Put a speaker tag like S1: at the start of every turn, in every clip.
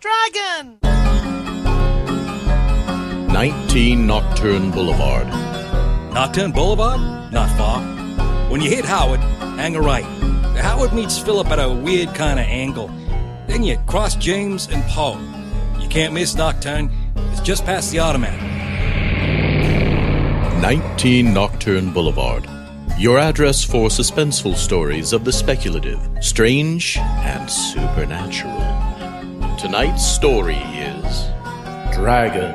S1: Dragon!
S2: 19 Nocturne Boulevard.
S3: Nocturne Boulevard? Not far. When you hit Howard, hang a right. Howard meets Philip at a weird kind of angle. Then you cross James and Paul. You can't miss Nocturne. It's just past the automat.
S2: 19 Nocturne Boulevard. Your address for suspenseful stories of the speculative, strange, and supernatural. Tonight's story is Dragon.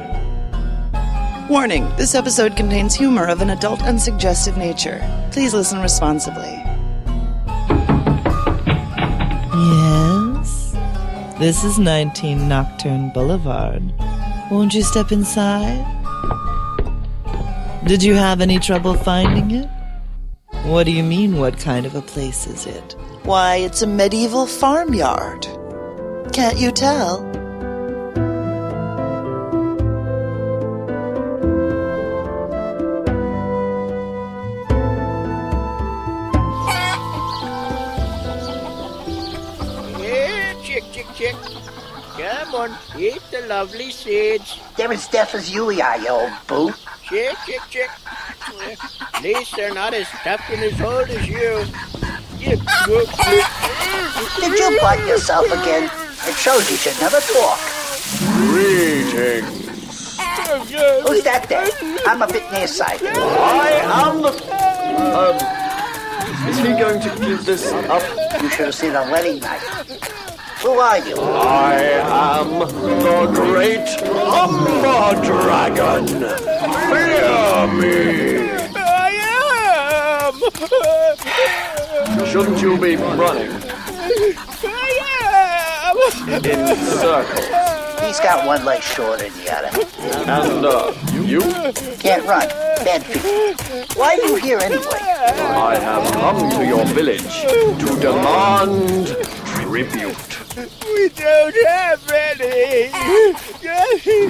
S1: Warning this episode contains humor of an adult and suggestive nature. Please listen responsibly.
S4: Yes. This is 19 Nocturne Boulevard. Won't you step inside? Did you have any trouble finding it? What do you mean, what kind of a place is it?
S1: Why, it's a medieval farmyard. Can't you tell?
S5: Yeah, chick, chick, chick. Come on, eat the lovely seeds.
S6: They're as deaf as you are, you old boot.
S5: Chick, chick, chick. Yeah, At least they're not as tough and as old as you. Yip, whoop, whoop.
S6: Did you bite yourself again? It shows you should never talk. Who's that there? I'm a bit nearsighted.
S7: I am the. Um, is he going to give this up?
S6: You should have seen a wedding night. Who are you?
S7: I am the great Umber Dragon. Fear me.
S5: I am!
S7: Shouldn't you be running
S5: I am!
S7: in circles?
S6: He's got one leg shorter than the other.
S7: And uh, you?
S6: Can't run. Bad feet. Why are you here anyway?
S7: I have come to your village to demand tribute.
S5: We don't have any!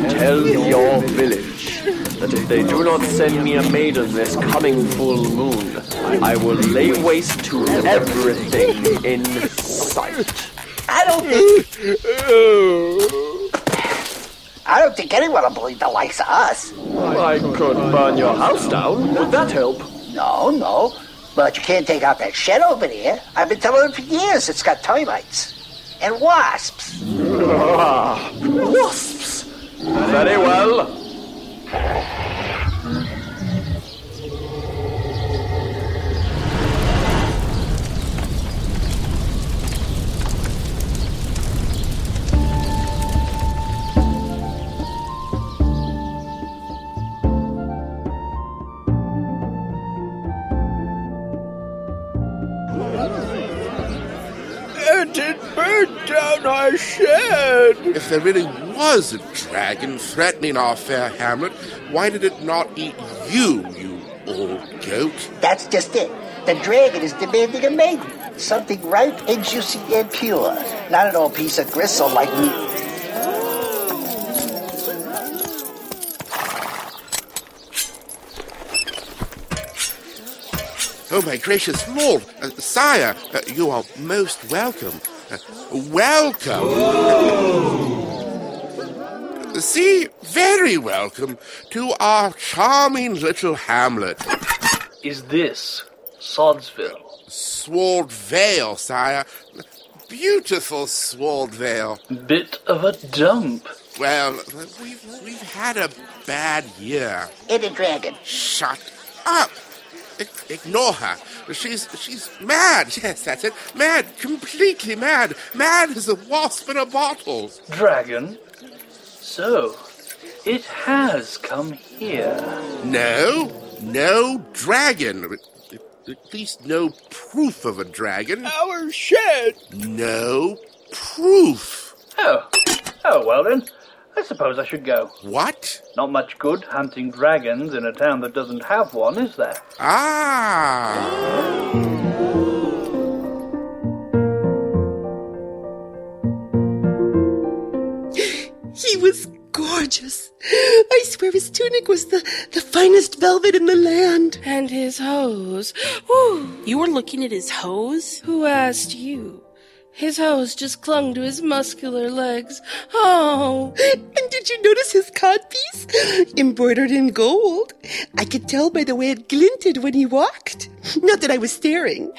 S7: Tell your village that if they do not send me a maiden this coming full moon, I will lay waste to everything in sight.
S6: I don't think I don't think anyone will believe the likes of us.
S7: I could burn your house down. Would that help?
S6: No, no. But you can't take out that shed over there. I've been telling them for years it's got termites. And wasps.
S7: Ah, wasps! Very well.
S5: And it burned down our shed!
S8: If there really was a dragon threatening our fair hamlet, why did it not eat you, you old goat?
S6: That's just it. The dragon is demanding a maiden. Something ripe and juicy and pure. Not an old piece of gristle like we.
S8: Oh, my gracious lord, uh, sire, uh, you are most welcome. Uh, welcome! See, very welcome to our charming little hamlet.
S9: Is this Swordsville?
S8: Sword Vale, sire. Beautiful Sword Vale.
S9: Bit of a dump.
S8: Well, we've, we've had a bad year.
S6: In a dragon.
S8: Shut up! I- ignore her. She's she's mad. Yes, that's it. Mad, completely mad. Mad as a wasp in a bottle.
S9: Dragon? So, it has come here.
S8: No, no dragon. At- At least no proof of a dragon.
S5: Our shed!
S8: No proof.
S9: Oh, Well then, I suppose I should go.
S8: What?
S9: Not much good hunting dragons in a town that doesn't have one, is there?
S8: Ah!
S10: He was gorgeous. I swear his tunic was the, the finest velvet in the land.
S11: And his hose. Whew. You were looking at his hose? Who asked you? His hose just clung to his muscular legs. Oh.
S10: And did you notice his codpiece? Embroidered in gold. I could tell by the way it glinted when he walked. Not that I was staring.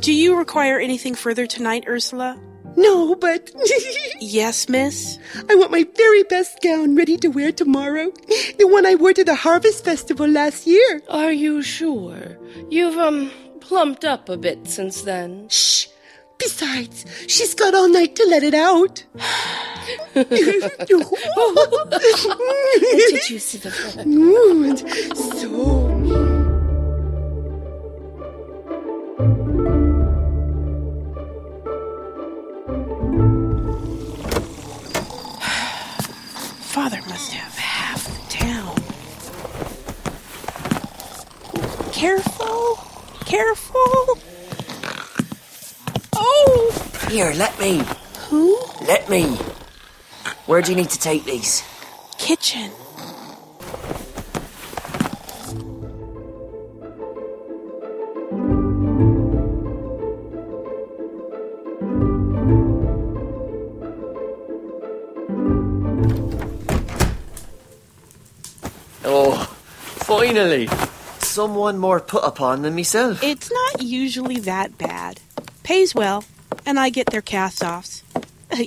S11: Do you require anything further tonight, Ursula?
S10: No, but.
S11: yes, miss?
S10: I want my very best gown ready to wear tomorrow. The one I wore to the harvest festival last year.
S11: Are you sure? You've, um, plumped up a bit since then.
S10: Shh! Besides, she's got all night to let it out.
S11: Did you see the
S10: Ooh, and so
S11: Father must have half the town. Careful! Careful! Oh!
S12: Here, let me.
S11: Who?
S12: Let me. Where do you need to take these?
S11: Kitchen.
S12: Oh, finally! Someone more put upon than myself.
S11: It's not usually that bad. Pays well, and I get their cast offs.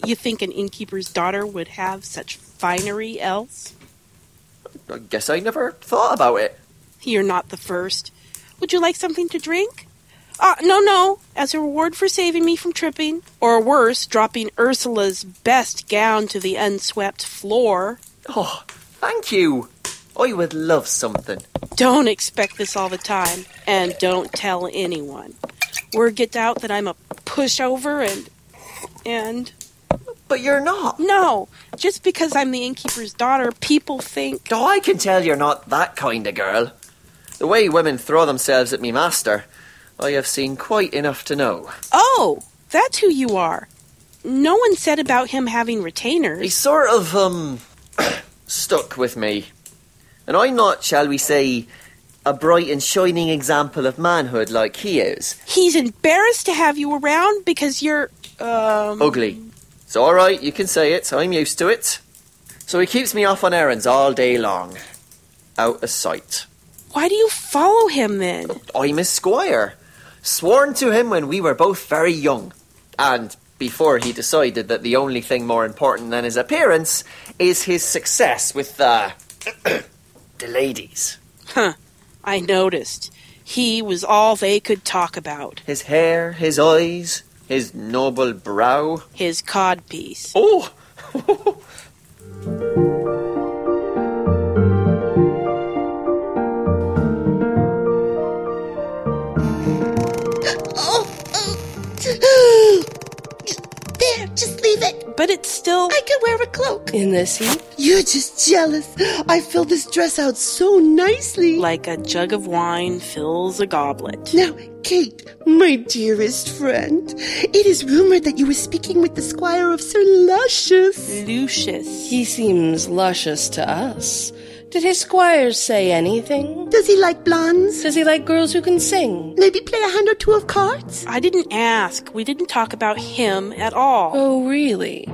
S11: You think an innkeeper's daughter would have such finery else?
S12: I guess I never thought about it.
S11: You're not the first. Would you like something to drink? Uh, no, no. As a reward for saving me from tripping, or worse, dropping Ursula's best gown to the unswept floor.
S12: Oh, thank you. I would love something.
S11: Don't expect this all the time, and don't tell anyone. Word gets out that I'm a pushover and. and.
S12: But you're not.
S11: No, just because I'm the innkeeper's daughter, people think.
S12: Oh, I can tell you're not that kind of girl. The way women throw themselves at me master, I have seen quite enough to know.
S11: Oh, that's who you are. No one said about him having retainers.
S12: He's sort of, um, stuck with me. And I'm not, shall we say, a bright and shining example of manhood like he is.
S11: He's embarrassed to have you around because you're um
S12: Ugly. It's alright, you can say it, I'm used to it. So he keeps me off on errands all day long. Out of sight.
S11: Why do you follow him then?
S12: I'm his squire. Sworn to him when we were both very young. And before he decided that the only thing more important than his appearance is his success with uh, the ladies.
S11: Huh. I noticed. He was all they could talk about.
S12: His hair, his eyes, his noble brow.
S11: His codpiece.
S12: Oh!
S10: there, just leave it.
S11: But it's still.
S10: I could wear a cloak.
S11: In this heat?
S10: You're just jealous. I filled this dress out so nicely.
S11: Like a jug of wine fills a goblet.
S10: Now, Kate, my dearest friend, it is rumored that you were speaking with the squire of Sir Luscious.
S11: Lucius. He
S13: seems luscious to us. Did his squire say anything?
S10: Does he like blondes?
S13: Does he like girls who can sing?
S10: Maybe play a hand or two of cards?
S11: I didn't ask. We didn't talk about him at all.
S13: Oh, really?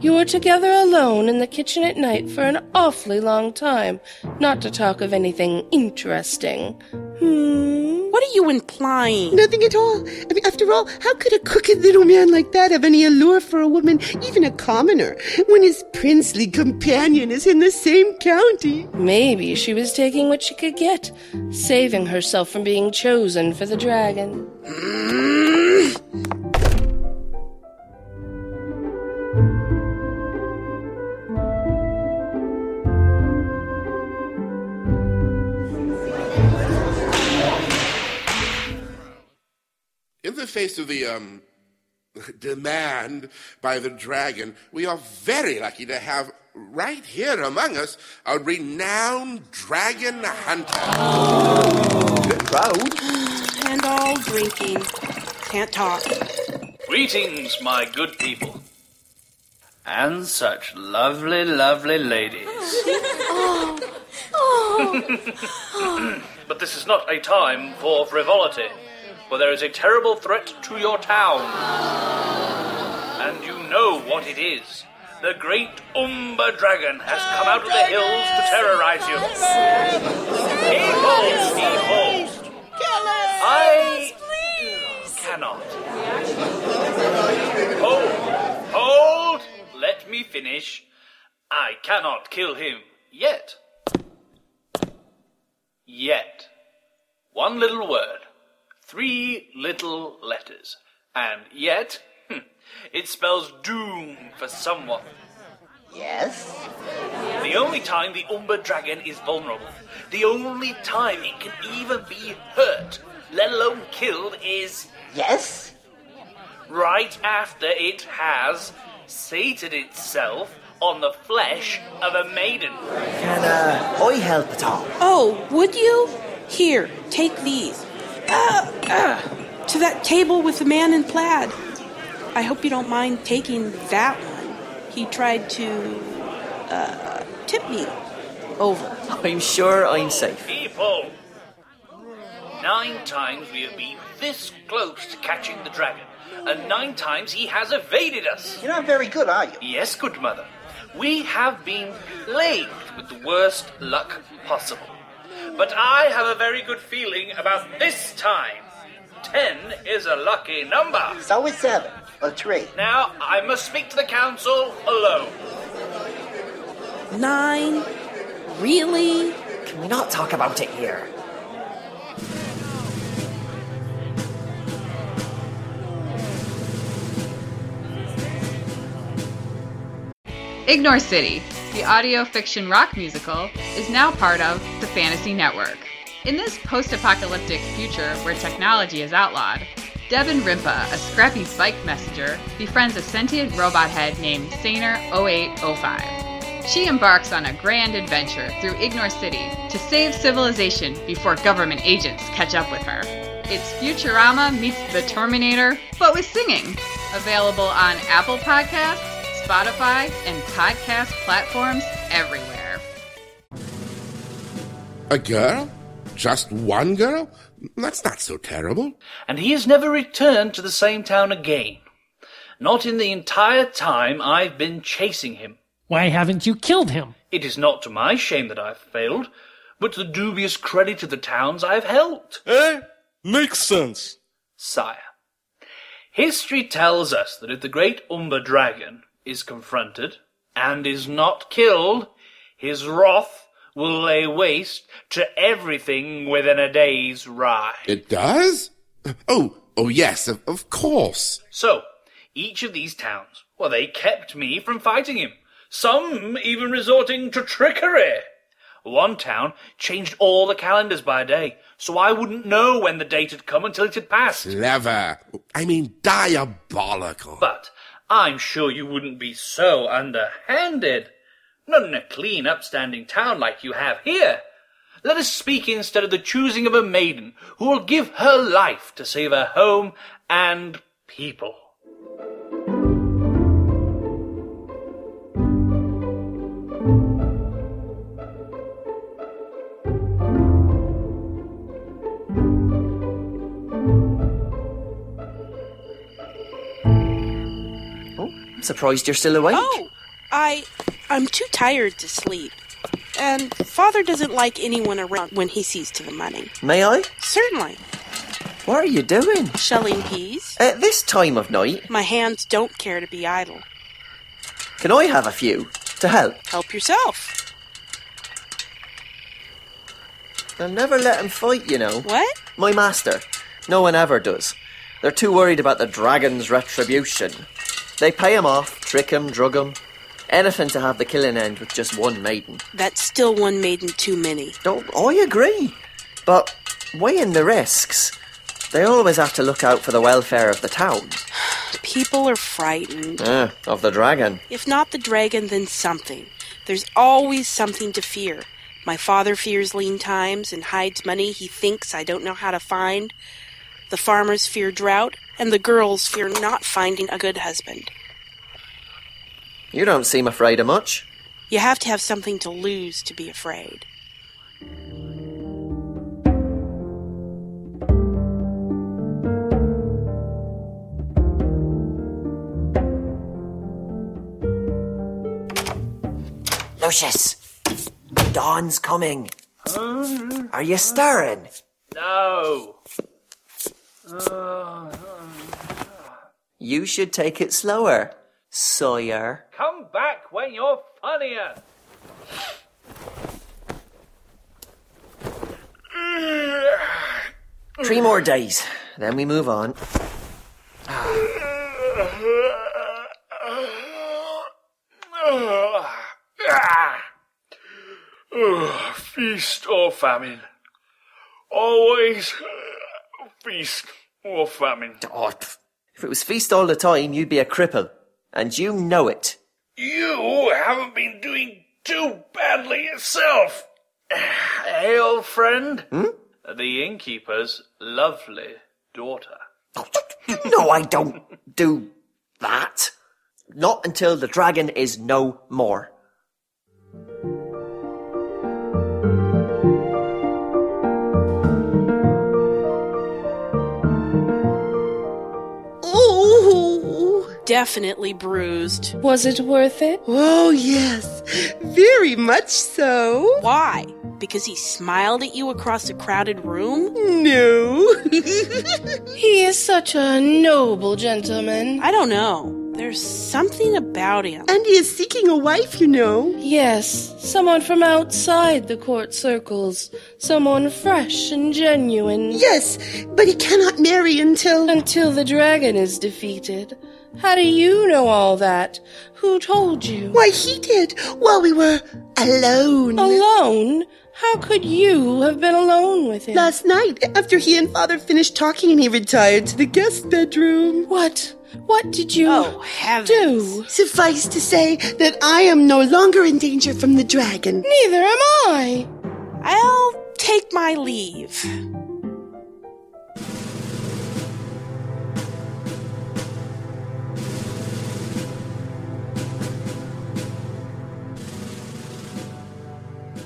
S13: You were together alone in the kitchen at night for an awfully long time, not to talk of anything interesting. Hmm.
S11: What are you implying?
S10: Nothing at all. I mean, after all, how could a crooked little man like that have any allure for a woman, even a commoner, when his princely companion is in the same county?
S13: Maybe she was taking what she could get, saving herself from being chosen for the dragon.
S8: In the face of the um demand by the dragon, we are very lucky to have right here among us a renowned dragon hunter. Good
S11: And all drinking. Can't talk.
S9: Greetings, my good people. And such lovely, lovely ladies.
S11: Oh. Oh.
S9: but this is not a time for frivolity, for there is a terrible threat to your town. And you know what it is. The great Umber Dragon has come out of the hills to terrorize you. He holds, he holds. I cannot. Hold, hold, let me finish. I cannot kill him yet. Yet. One little word. Three little letters. And yet, hmm, it spells doom for someone.
S6: Yes?
S9: The only time the Umber Dragon is vulnerable, the only time it can even be hurt, let alone killed, is.
S6: Yes?
S9: Right after it has sated itself on the flesh of a maiden.
S6: Can uh, I help at all?
S11: Oh, would you? Here, take these. Ah, ah, to that table with the man in plaid. I hope you don't mind taking that one. He tried to uh, tip me over.
S12: I'm sure I'm safe.
S9: People! Nine times we have been this close to catching the dragon, and nine times he has evaded us.
S6: You're not very good, are you?
S9: Yes, good mother. We have been plagued with the worst luck possible. But I have a very good feeling about this time. Ten is a lucky number.
S6: So is seven, or three.
S9: Now, I must speak to the council alone.
S11: Nine? Really?
S12: Can we not talk about it here?
S14: Ignore City, the audio fiction rock musical, is now part of the Fantasy Network. In this post apocalyptic future where technology is outlawed, Devin Rimpa, a scrappy bike messenger, befriends a sentient robot head named Saner0805. She embarks on a grand adventure through Ignore City to save civilization before government agents catch up with her. It's Futurama meets the Terminator, but with singing. Available on Apple Podcasts, Spotify, and podcast platforms everywhere.
S8: A girl? Just one girl? That's not so terrible.
S9: And he has never returned to the same town again. Not in the entire time I've been chasing him.
S15: Why haven't you killed him?
S9: It is not to my shame that I've failed, but to the dubious credit of the towns I've helped.
S16: Eh? Makes sense.
S9: Sire. History tells us that if the great Umber Dragon is confronted and is not killed, his wrath will lay waste to everything within a day's ride.
S8: It does? Oh, oh yes, of, of course.
S9: So, each of these towns, well, they kept me from fighting him. Some even resorting to trickery. One town changed all the calendars by a day, so I wouldn't know when the date had come until it had passed.
S8: Clever. I mean, diabolical.
S9: But I'm sure you wouldn't be so underhanded. Not in a clean, upstanding town like you have here. Let us speak instead of the choosing of a maiden who will give her life to save her home and people.
S12: I'm surprised you're still awake.
S11: Oh, I I'm too tired to sleep. And father doesn't like anyone around when he sees to the money.
S12: May I?
S11: Certainly.
S12: What are you doing?
S11: Shelling peas.
S12: At this time of night,
S11: My hands don't care to be idle.
S12: can I have a few to help?
S11: Help yourself.
S12: They'll never let him fight, you know.
S11: What?
S12: My master. No one ever does. They're too worried about the dragon's retribution. They pay him off, trick him, drug him. Anything to have the killing end with just one maiden.
S11: That's still one maiden too many.
S12: Don't I agree? But weighing the risks, they always have to look out for the welfare of the town.
S11: People are frightened.
S12: Ah, of the dragon.
S11: If not the dragon, then something. There's always something to fear. My father fears lean times and hides money he thinks I don't know how to find. The farmers fear drought, and the girls fear not finding a good husband.
S12: You don't seem afraid of much.
S11: You have to have something to lose to be afraid.
S12: Lucius, dawn's coming. Are you stirring?
S9: No. Uh,
S12: You should take it slower, Sawyer.
S9: Come back when you're funnier.
S12: Three more days, then we move on.
S9: Ugh, feast or famine. Always uh, feast or famine.
S12: Oh, pff. if it was feast all the time, you'd be a cripple. And you know it.
S9: You haven't been doing too badly yourself. Hey, old friend.
S12: Hmm?
S9: The innkeeper's lovely daughter.
S12: No, I don't do that. Not until the dragon is no more.
S11: Ooh! Definitely bruised.
S13: Was it worth it?
S10: Oh, yes, very much so.
S11: Why? Because he smiled at you across a crowded room?
S10: No.
S13: He is such a noble gentleman.
S11: I don't know. There's something about him.
S10: And he is seeking a wife, you know.
S13: Yes, someone from outside the court circles. Someone fresh and genuine.
S10: Yes, but he cannot marry until.
S13: Until the dragon is defeated. How do you know all that? Who told you?
S10: Why, he did while we were alone.
S13: Alone? How could you have been alone with him?
S10: Last night, after he and father finished talking, he retired to the guest bedroom.
S13: What? What did you
S11: Oh, heavens.
S13: do?
S10: Suffice to say that I am no longer in danger from the dragon.
S13: Neither am I.
S11: I'll take my leave.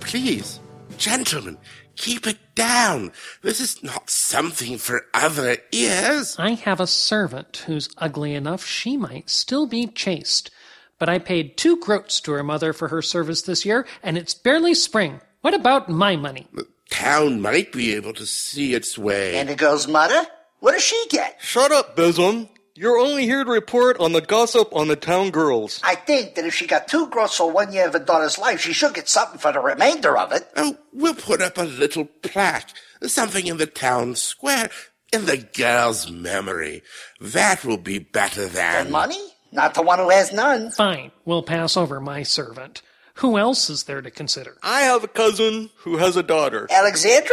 S8: Please, gentlemen, keep it down. This is not something for other ears.
S15: I have a servant who's ugly enough she might still be chaste. But I paid two groats to her mother for her service this year, and it's barely spring. What about my money?
S8: Town might be able to see its way.
S6: And the girl's mother? What does she get?
S16: Shut up, Besom. You're only here to report on the gossip on the town girls.
S6: I think that if she got two gross for one year of her daughter's life, she should get something for the remainder of it.
S8: Oh, we'll put up a little plaque, something in the town square, in the girl's memory. That will be better than.
S6: Money? Not the one who has none.
S15: Fine, we'll pass over my servant. Who else is there to consider?
S16: I have a cousin who has a daughter.
S6: Alexandra?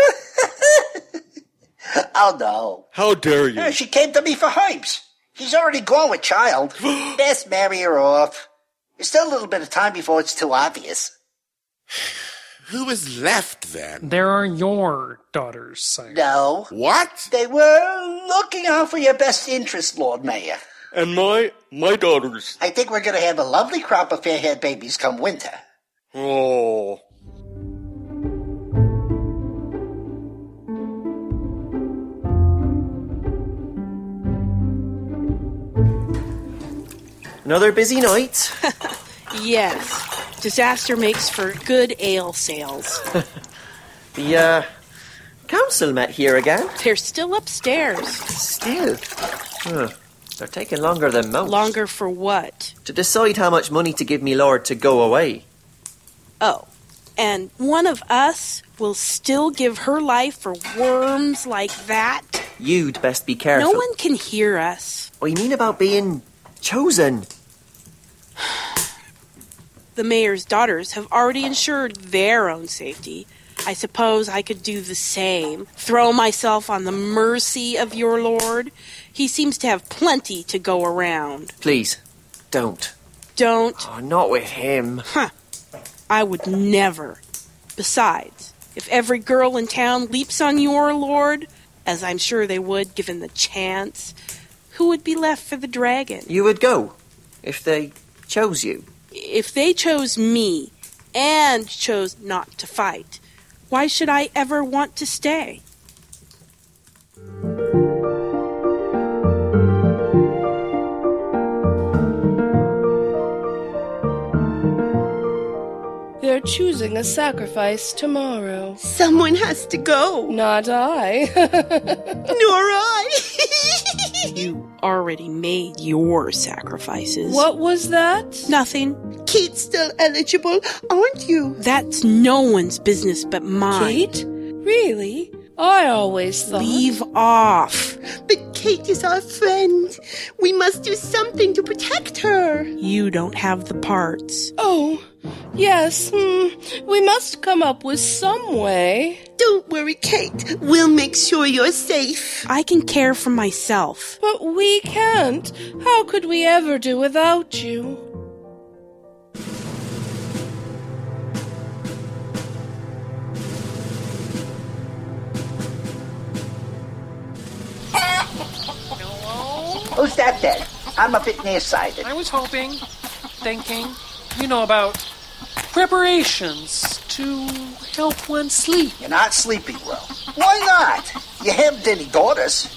S6: oh no.
S16: How dare you?
S6: Uh, She came to me for hypes. She's already gone with child. Best marry her off. There's still a little bit of time before it's too obvious.
S8: Who is left then?
S15: There are your daughters, sire.
S6: No.
S8: What?
S6: They were looking out for your best interest, Lord Mayor.
S16: And my my daughters.
S6: I think we're going to have a lovely crop of fair haired babies come winter.
S16: Oh.
S12: Another busy night.
S11: Yes. Disaster makes for good ale sales.
S12: The uh, council met here again.
S11: They're still upstairs.
S12: Still. Huh. They're taking longer than most.
S11: Longer for what?
S12: to decide how much money to give me lord to go away.
S11: Oh. And one of us will still give her life for worms like that?
S12: You'd best be careful.
S11: No one can hear us.
S12: What do you mean about being chosen?
S11: The mayor's daughters have already ensured their own safety. I suppose I could do the same. Throw myself on the mercy of your lord. He seems to have plenty to go around.
S12: Please, don't.
S11: Don't.
S12: Oh, not with him.
S11: Huh. I would never. Besides, if every girl in town leaps on your lord, as I'm sure they would given the chance, who would be left for the dragon?
S12: You would go if they chose you.
S11: If they chose me and chose not to fight, why should I ever want to stay?
S13: They're choosing a sacrifice tomorrow.
S10: Someone has to go.
S13: Not I.
S10: Nor I.
S11: you already made your sacrifices.
S13: What was that?
S11: Nothing.
S10: Kate's still eligible, aren't you?
S11: That's no one's business but mine.
S13: Kate? Really? I always thought.
S11: Leave off.
S10: But Kate is our friend. We must do something to protect her.
S11: You don't have the parts.
S13: Oh, yes. Hmm. We must come up with some way.
S10: Don't worry, Kate. We'll make sure you're safe.
S11: I can care for myself.
S13: But we can't. How could we ever do without you?
S6: Who's that then? I'm a bit nearsighted.
S15: I was hoping, thinking, you know, about preparations to help one sleep.
S6: You're not sleeping well. Why not? You haven't any daughters.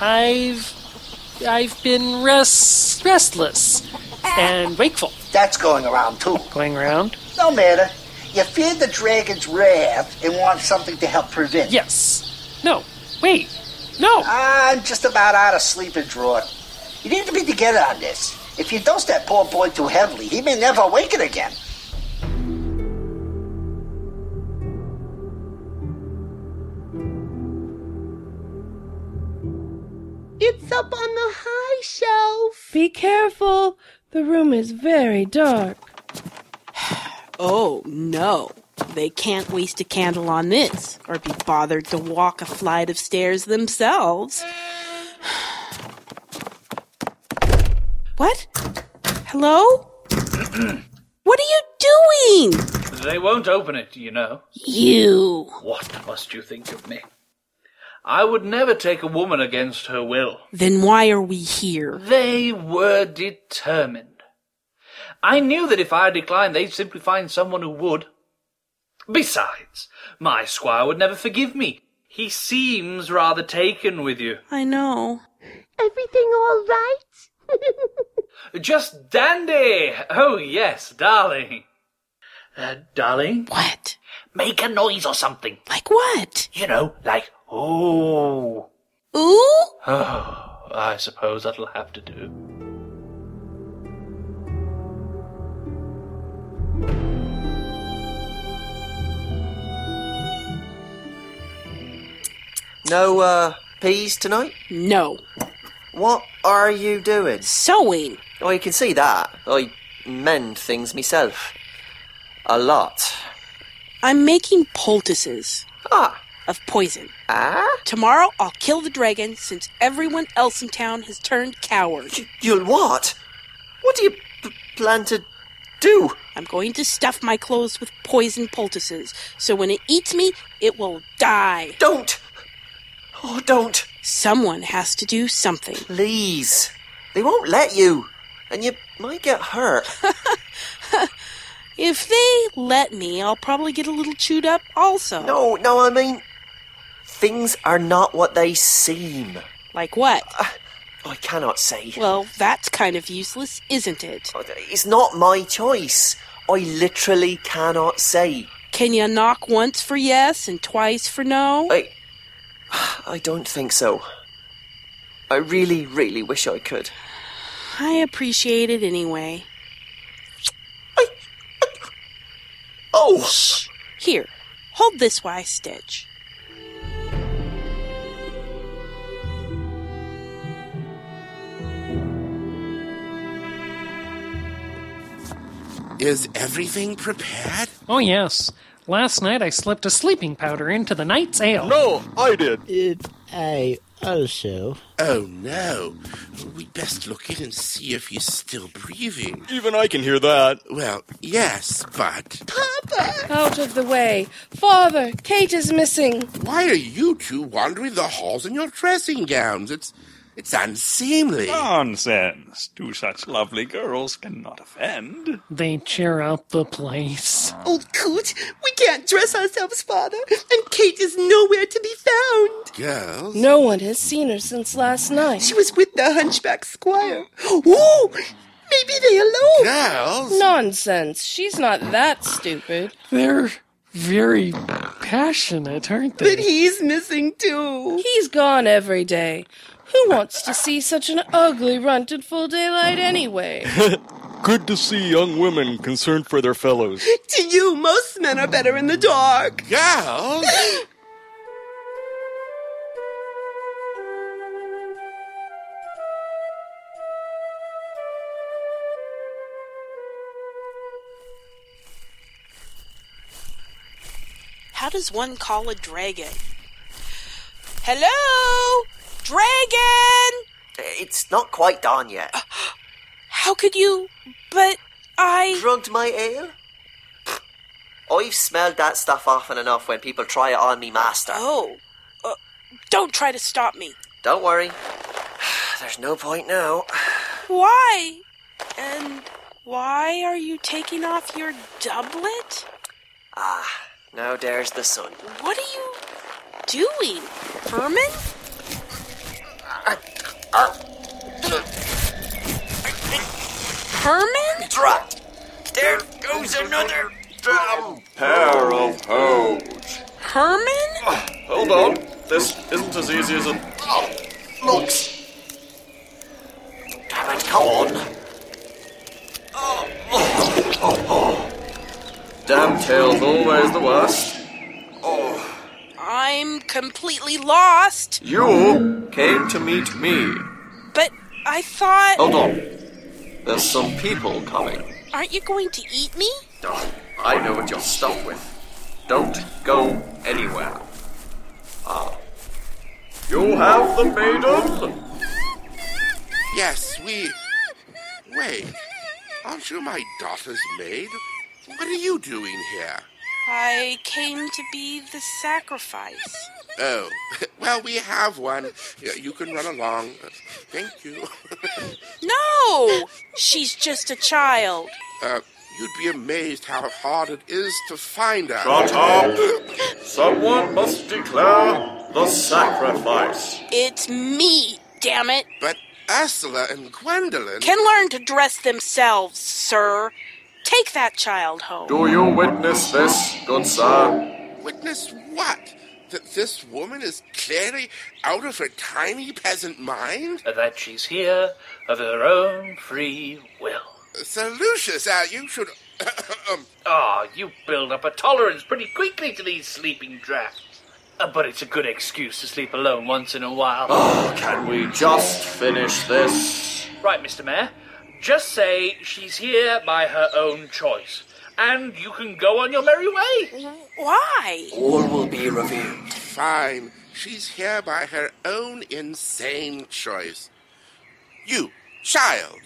S15: I've I've been rest, restless and wakeful.
S6: That's going around too.
S15: Going around?
S6: No matter. You fear the dragon's wrath and want something to help prevent. it.
S15: Yes. No. Wait. No.
S6: I'm just about out of sleeping draught. You need to be together on this. If you dose that poor boy too heavily, he may never awaken again.
S10: It's up on the high shelf.
S13: Be careful. The room is very dark.
S11: Oh, no. They can't waste a candle on this or be bothered to walk a flight of stairs themselves. what? Hello? what are you doing?
S9: They won't open it, you know.
S11: You.
S9: What must you think of me? I would never take a woman against her will.
S11: Then why are we here?
S9: They were determined. I knew that if I declined, they'd simply find someone who would. Besides, my squire would never forgive me. He seems rather taken with you.
S11: I know.
S10: Everything all right?
S9: Just dandy! Oh, yes, darling. Uh, darling?
S11: What?
S9: Make a noise or something.
S11: Like what?
S9: You know, like, ooh.
S11: Ooh?
S9: Oh, I suppose that'll have to do.
S12: No uh, peas tonight?
S11: No.
S12: What are you doing?
S11: Sewing.
S12: Oh, you can see that. I mend things myself. A lot.
S11: I'm making poultices.
S12: Ah.
S11: Of poison.
S12: Ah?
S11: Tomorrow I'll kill the dragon since everyone else in town has turned coward.
S12: You'll what? What do you p- plan to do?
S11: I'm going to stuff my clothes with poison poultices, so when it eats me, it will die.
S12: Don't! Oh, don't!
S11: Someone has to do something.
S12: Please. They won't let you. And you might get hurt.
S11: If they let me, I'll probably get a little chewed up also.
S12: no, no, I mean, things are not what they seem. Uh,
S11: Like what?
S12: I cannot say.
S11: Well, that's kind of useless, isn't it?
S12: Oh, It's not my choice. I literally cannot say.
S11: Can you knock once for yes and twice for no?
S12: I. I don't think so. I really, really wish I could.
S11: I appreciate it anyway.
S12: Oh!
S11: Here, hold this while I stitch.
S8: Is everything prepared?
S15: Oh, yes. Last night I slipped a sleeping powder into the night's ale.
S16: No, I did.
S17: It, I also.
S8: Oh no. We best look in and see if he's still breathing.
S16: Even I can hear that.
S8: Well, yes, but.
S13: Out of the way. Father, Kate is missing.
S8: Why are you two wandering the halls in your dressing gowns? It's. It's unseemly.
S18: Nonsense. Two such lovely girls cannot offend.
S15: They cheer up the place.
S10: Old coot, we can't dress ourselves, Father, and Kate is nowhere to be found.
S8: Girls?
S13: No one has seen her since last night.
S10: She was with the hunchback squire. Ooh, maybe they eloped.
S13: Nonsense. She's not that stupid.
S15: They're very passionate, aren't they?
S13: But
S10: he's missing too.
S13: He's gone every day. Who wants to see such an ugly runt in full daylight anyway?
S16: Good to see young women concerned for their fellows.
S10: To you, most men are better in the dark.
S8: Girls?
S11: How does one call a dragon? Hello? Dragon!
S12: It's not quite dawn yet.
S11: How could you? But I.
S12: Drugged my ale? I've smelled that stuff often enough when people try it on me, master.
S11: Oh. Uh, don't try to stop me.
S12: Don't worry. There's no point now.
S11: Why? And why are you taking off your doublet?
S12: Ah, now there's the sun.
S11: What are you doing? Herman?
S5: Uh,
S11: Herman?
S12: Drop! There goes another drum!
S18: Pair of hoes.
S11: Herman?
S7: Ah,
S18: Hold on. This isn't as easy as it
S7: Oh,
S11: Hmm?
S12: looks. Damn it, come on.
S7: Damn tail's always the worst.
S11: I'm completely lost.
S7: You came to meet me.
S11: But I thought.
S7: Hold on. There's some people coming.
S11: Aren't you going to eat me?
S7: Oh, I know what you're stuck with. Don't go anywhere. Ah. You have the maiden?
S8: Yes, we. Wait. Aren't you my daughter's maid? What are you doing here?
S11: I came to be the sacrifice.
S8: Oh, well, we have one. Yeah, You can run along. Thank you.
S11: No! She's just a child.
S8: Uh, you'd be amazed how hard it is to find her.
S18: Shut up! Someone must declare the sacrifice.
S11: It's me, damn it.
S8: But Ursula and Gwendolyn.
S11: Can learn to dress themselves, sir. Take that child home.
S7: Do you witness this, good sir?
S8: Witness what? That this woman is clearly out of her tiny peasant mind?
S9: That she's here of her own free will.
S8: Sir Lucius, uh, you should. um,
S9: Ah, you build up a tolerance pretty quickly to these sleeping drafts. Uh, but it's a good excuse to sleep alone once in a while.
S7: Oh, Can we just finish this?
S9: Right, Mr. Mayor. Just say she's here by her own choice. And you can go on your merry way.
S11: Why?
S8: All will be revealed. Fine. She's here by her own insane choice. You, child.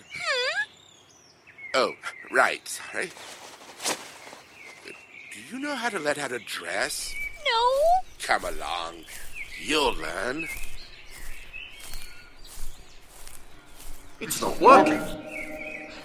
S8: Oh, right. Sorry. Do you know how to let out a dress?
S11: No.
S8: Come along. You'll learn.
S7: It's not working.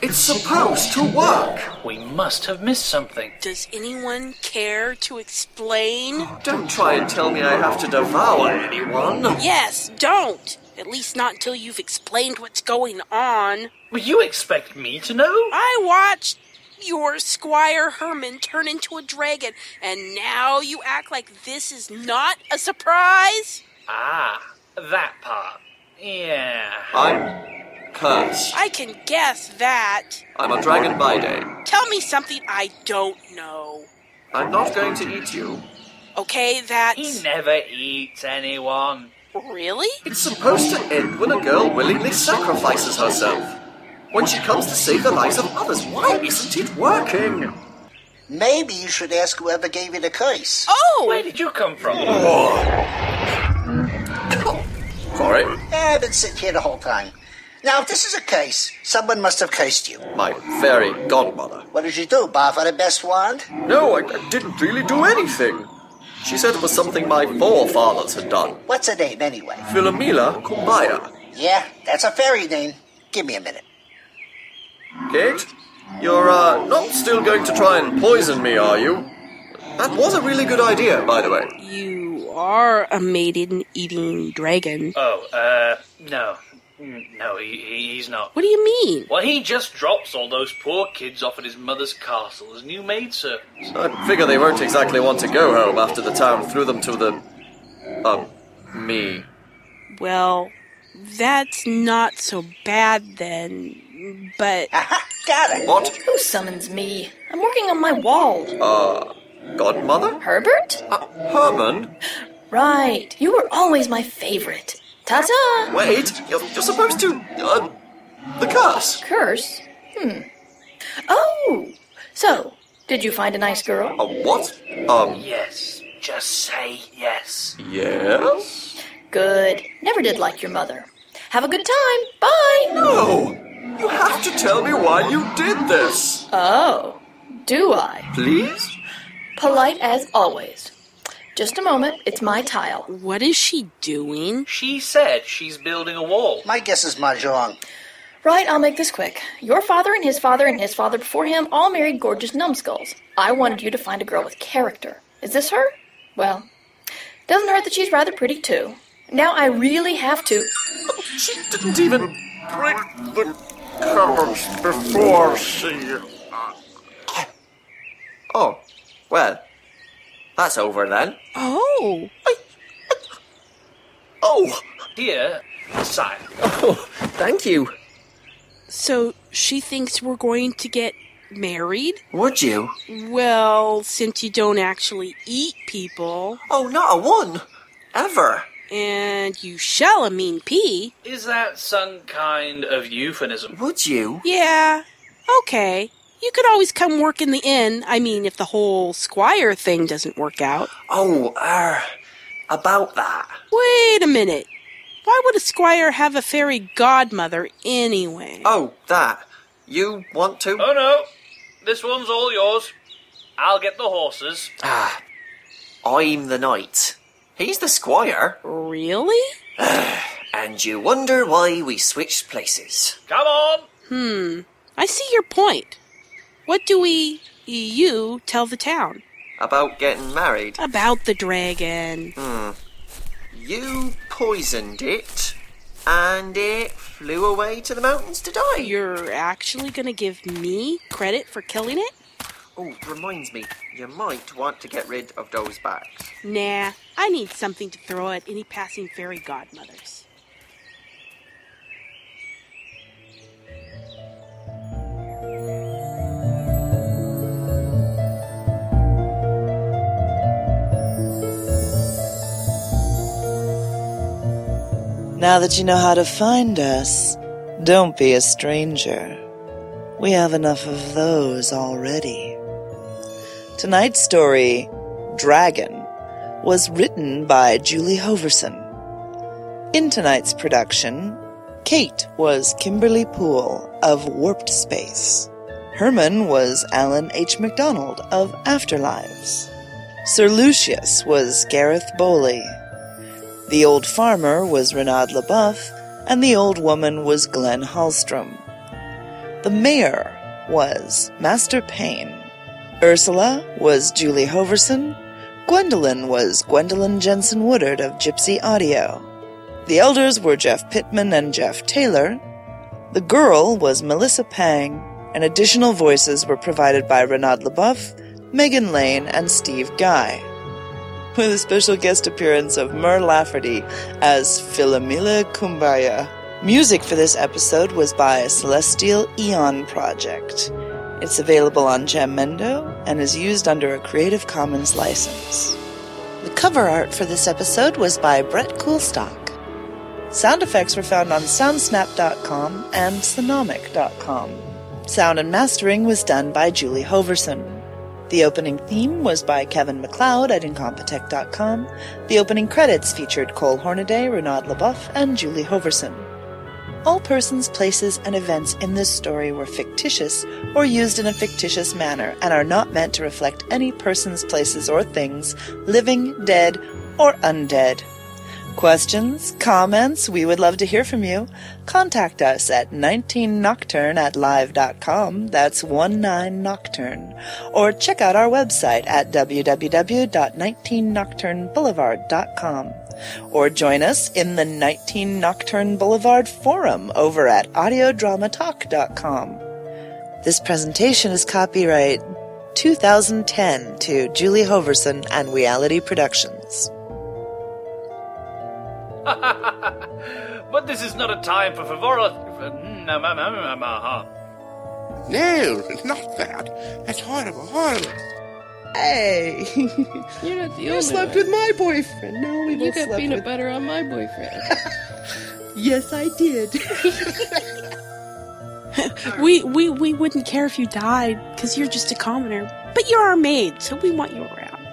S7: It's supposed to work.
S9: We must have missed something.
S11: Does anyone care to explain?
S9: Oh,
S7: Don't try and tell me I have to devour anyone.
S11: Yes, don't. At least not until you've explained what's going on.
S9: Well, you expect me to know?
S11: I watched your Squire Herman turn into a dragon, and now you act like this is not a surprise?
S9: Ah, that part. Yeah.
S7: I'm cursed.
S11: I can guess that.
S7: I'm a dragon by day.
S11: Tell me something I don't know.
S7: I'm not going to eat you.
S11: Okay, that's.
S9: He never eats anyone.
S11: Really?
S7: It's supposed to end when a girl willingly sacrifices herself. When she comes to save the lives of others, why isn't it working?
S6: Maybe you should ask whoever gave you the curse.
S9: Oh! Where did you come from?
S6: All right. I've been sitting here the whole time. Now, if this is a case, someone must have cursed you.
S12: My fairy godmother.
S6: What did you do? Bother the best wand?
S12: No, I, I didn't really do anything. She said it was something my forefathers had done.
S6: What's her name, anyway?
S12: Philomela Kumbaya.
S6: Yeah, that's a fairy name. Give me a minute.
S12: Kate, you're uh, not still going to try and poison me, are you? That was a really good idea, by the way.
S11: You are a maiden eating dragon.
S9: Oh, uh, no. Mm, No, he, he- he's not.
S11: What do you mean?
S9: Well, he just drops all those poor kids off at his mother's castle as new maidservants.
S12: I figure they won't exactly want to go home after the town threw them to the. um, me.
S11: Well, that's not so bad then, but.
S6: Got it!
S12: What?
S19: Who summons me? I'm working on my wall.
S12: Uh, godmother? Uh,
S19: Herbert?
S12: Herman?
S19: right, you were always my favorite. Ta ta!
S12: Wait, you're, you're supposed to. Uh, the curse.
S19: Curse? Hmm. Oh! So, did you find a nice girl?
S12: A Uh, what? Um,
S19: Yes. Just say yes.
S12: yes?
S19: Good. Never did like your mother. Have a good time. Bye!
S12: No! You have to tell me why you did this!
S19: Oh, do I?
S12: Please?
S19: Polite as always. Just a moment, it's my tile.
S11: What is she doing?
S9: She said she's building a wall.
S6: My guess is Mahjong.
S19: Right, I'll make this quick. Your father and his father and his father before him all married gorgeous numbskulls. I wanted you to find a girl with character. Is this her? Well, doesn't hurt that she's rather pretty too. Now I really have to.
S12: She didn't even break the curse before she. Oh, well, that's over then.
S11: Oh!
S12: Oh!
S9: Dear sire.
S12: Thank you.
S11: So she thinks we're going to get married?
S12: Would you?
S11: Well, since you don't actually eat people.
S12: Oh, not a one! Ever!
S11: And you shall a mean pea.
S9: Is that some kind of euphemism?
S12: Would you?
S11: Yeah, okay. You could always come work in the inn. I mean, if the whole squire thing doesn't work out.
S12: Oh, er, about that.
S11: Wait a minute. Why would a squire have a fairy godmother anyway?
S12: Oh, that. You want to?
S9: Oh no! This one's all yours. I'll get the horses.
S12: Ah, I'm the knight. He's the squire.
S11: Really?
S12: and you wonder why we switched places.
S9: Come on!
S11: Hmm. I see your point. What do we, you, tell the town?
S12: About getting married.
S11: About the dragon.
S12: Hmm. You poisoned it, and it flew away to the mountains to die.
S11: You're actually gonna give me credit for killing it?
S12: Oh, reminds me, you might want to get rid of those bags.
S11: Nah, I need something to throw at any passing fairy godmothers.
S4: Now that you know how to find us, don't be a stranger. We have enough of those already. Tonight's story, Dragon, was written by Julie Hoverson. In tonight's production, Kate was Kimberly Poole of Warped Space. Herman was Alan H. MacDonald of Afterlives. Sir Lucius was Gareth Bowley the old farmer was Renaud LaBeouf, and the old woman was Glenn Hallstrom. The mayor was Master Payne. Ursula was Julie Hoverson. Gwendolyn was Gwendolyn Jensen Woodard of Gypsy Audio. The elders were Jeff Pittman and Jeff Taylor. The girl was Melissa Pang, and additional voices were provided by Renaud LaBeouf, Megan Lane, and Steve Guy with a special guest appearance of Mer Lafferty as Philomela Kumbaya. Music for this episode was by Celestial Eon Project. It's available on Jamendo and is used under a Creative Commons license. The cover art for this episode was by Brett Coolstock. Sound effects were found on soundsnap.com and sonomic.com. Sound and mastering was done by Julie Hoverson. The opening theme was by Kevin McLeod at Incompetech.com. The opening credits featured Cole Hornaday, Renaud LaBeouf, and Julie Hoverson. All persons, places, and events in this story were fictitious or used in a fictitious manner and are not meant to reflect any persons, places, or things, living, dead, or undead. Questions, comments, we would love to hear from you. Contact us at 19nocturne at live.com, that's 19nocturne, or check out our website at www.19nocturneboulevard.com, or join us in the 19 Nocturne Boulevard forum over at audiodramatalk.com. This presentation is copyright 2010 to Julie Hoverson and Reality Productions.
S9: But this is not a time for Mm, frivolity.
S20: No, not that. That's horrible, horrible.
S4: Hey!
S13: You're not the
S10: You
S13: only
S10: slept
S13: one.
S10: with my boyfriend. No, we
S13: You
S10: both
S13: got
S10: slept
S13: peanut
S10: with-
S13: butter on my boyfriend.
S10: Yes, I did.
S11: We we we wouldn't care if you died because you're just a commoner, but you're our maid, so we want you around.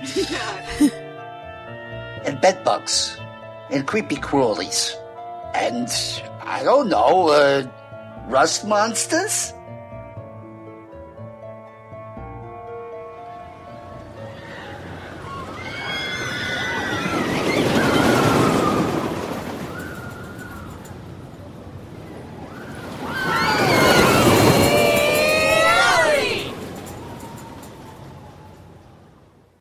S6: and bedbugs and creepy crawlies and I don't know, uh, rust monsters.